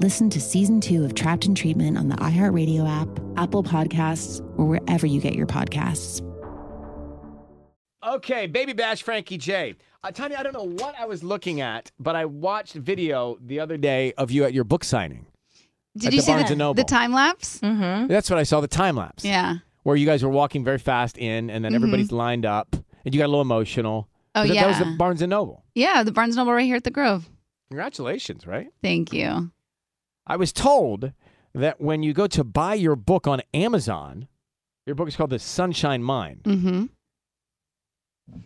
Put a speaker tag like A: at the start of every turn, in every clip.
A: Listen to season two of Trapped in Treatment on the iHeartRadio app, Apple Podcasts, or wherever you get your podcasts.
B: Okay, Baby Bash Frankie J. Uh, Tanya, I don't know what I was looking at, but I watched a video the other day of you at your book signing.
C: Did
B: at
C: you
B: the
C: see
B: Barnes
C: the,
B: and Noble.
C: the time lapse?
B: That's what I saw the time lapse.
C: Yeah. Mm-hmm.
B: Where you guys were walking very fast in, and then everybody's lined up, and you got a little emotional.
C: Oh,
B: But that- That was
C: yeah.
B: the Barnes and Noble.
C: Yeah, the Barnes Noble right here at the Grove.
B: Congratulations, right?
C: Thank you.
B: I was told that when you go to buy your book on Amazon, your book is called The Sunshine Mind,
C: Mm-hmm.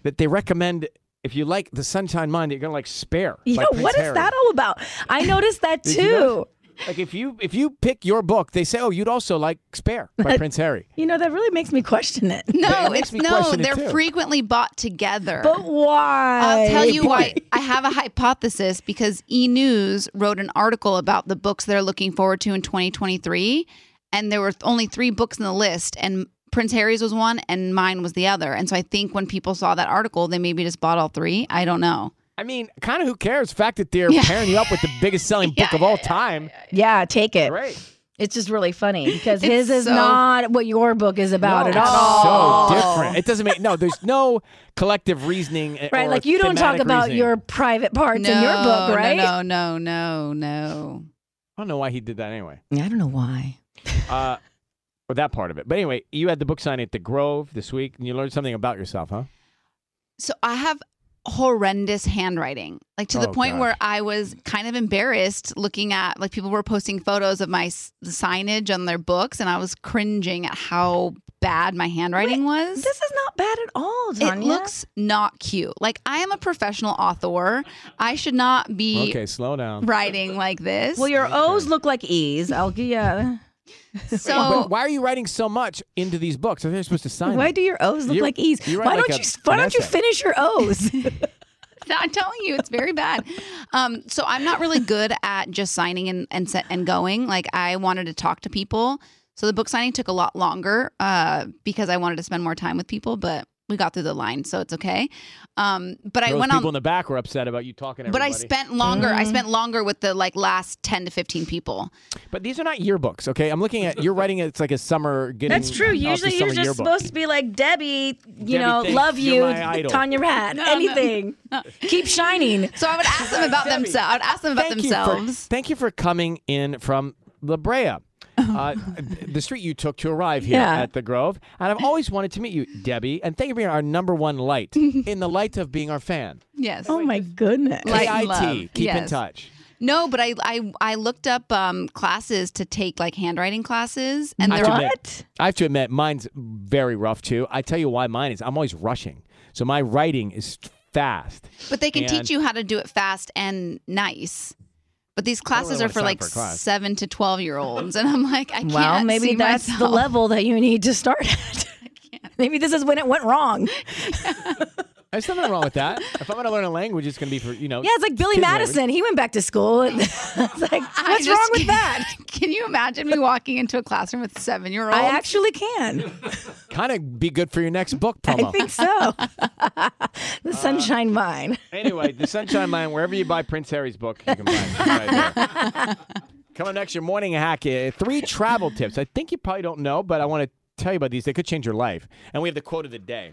B: that they recommend if you like The Sunshine Mind, you're going to like Spare.
D: Yeah,
B: by
D: what is
B: Prince Harry.
D: that all about? I noticed that
B: Did you notice?
D: too.
B: Like if you if you pick your book, they say, oh, you'd also like Spare by Prince Harry.
D: You know, that really makes me question it.
C: No,
B: It makes
C: it's
B: me
C: no,
B: question it,
C: they're
B: too.
C: frequently bought together.
D: But why?
C: I'll tell you why.
B: Why?
C: I have a hypothesis because E News wrote an article about the books they're looking forward to in 2023, and there were only three books in the list, and Prince Harry's was one, and mine was the other. And so I think when people saw that article, they maybe just bought all three. I don't know.
B: I mean, kind of who cares? The fact that they're
C: Yeah.
B: pairing you up with the biggest selling book of all time.
D: Yeah, take it.
B: Great.
D: It's just really funny because
C: It's
D: his is
C: so-
D: not what your book is about
B: No,
D: at
B: it's
D: all.
B: So different. It doesn't make no. There's no collective reasoning. uh,
D: Right,
B: or
D: like you don't talk
B: thematic
D: about
B: reasoning.
D: your private parts in your
C: No,
D: book, right?
C: No, no, no, no, no.
B: I don't know why he did that anyway.
D: I don't know why.
B: Uh, or that part of it. But anyway, you had the book signing at the Grove this week, and you learned something about yourself, huh?
C: So I have horrendous handwriting, like to the
B: Oh,
C: point
B: gosh.
C: where I was kind of embarrassed looking at like people were posting photos of my s- signage on their books, and I was cringing at how bad my handwriting was.
D: This is not bad at all,
C: it
D: Tanya.
C: looks not cute. Like I am a professional author. I should not be
B: Okay, slow down.
C: writing like this.
D: well, your O's look like E's. I'll give you.
B: But
C: so
B: why are you writing so much into these books? I think you're supposed to sign.
D: Why
B: them.
D: do your O's look
B: You-
D: like E's?
B: you write
D: Why
B: like
D: don't
B: a-
D: you? Why
B: an
D: don't you
B: essay.
D: finish your O's?
C: I'm telling you, it's very bad. Um, so I'm not really good at just signing and and set and going. Like I wanted to talk to people, so the book signing took a lot longer uh, because I wanted to spend more time with people. But we got through the line, so it's okay. Um, but I
B: Those
C: went
B: people
C: on.
B: in the back were upset about you talking. To
C: But I
B: everybody.
C: spent longer.
E: Mm.
C: I spent longer with the like last ten to fifteen people.
B: But these are not yearbooks, okay? I'm looking at you're writing. It's like a summer getting.
D: That's true.
B: off the
D: Usually
B: summer
D: you're just
B: yearbook.
D: supposed to be like Debbie, you
B: Debbie,
D: know,
B: thanks.
D: love
B: You're
D: you,
B: my idol."
D: Tanya Rat,
C: no.
D: anything. Keep shining.
C: So I would ask them about
B: Debbie,
C: themselves. I would ask them about
B: thank You
C: themselves.
B: for, thank you for coming in from La Brea. Uh, the street you took to arrive here
D: Yeah.
B: at the Grove, and I've always wanted to meet you, Debbie. And thank you for being our number one light in the light of being our fan.
C: yes.
D: Oh my goodnit.
C: Like
B: KIT,
C: love.
B: keep in
C: Yes.
B: touch.
F: No, but I I, I looked up um, classes to take like handwriting classes, and
B: I
F: they're
B: have to admit- I have to admit, mine's very rough too. I tell you why mine is. I'm always rushing, so my writing is fast.
F: but they can
B: And-
F: teach you how to do it fast and nice. But these classes are
B: really wanna
F: for
B: sign
F: like
B: up for a class.
F: seven to twelve year olds, and I'm like, I can't.
G: well, maybe
F: see
G: that's
F: myself.
G: the level that you need to start at. maybe this is when it went wrong.
B: There's nothing wrong with that. If I'm going to learn a language, it's going to be for you
F: Oh,
B: know.
G: Yeah, it's like Billy
B: kid
G: Madison.
B: language.
G: He went back to school. It's like,
F: I
G: what's
F: just
G: wrong with
F: can't-
G: that?
F: Can you imagine me walking into a classroom with seven year olds?
G: I actually can.
B: Kind of be good for your next book
G: I
B: promo.
G: think so. the
F: Uh,
G: Sunshine Mine.
B: anyway, the Sunshine Mine, wherever you buy Prince Harry's book, you can buy it. It's right there. Coming up next, your morning hack: uh, three travel tips. I think you probably don't know, but I want to tell you about these. They could change your life. And we have the quote of the day.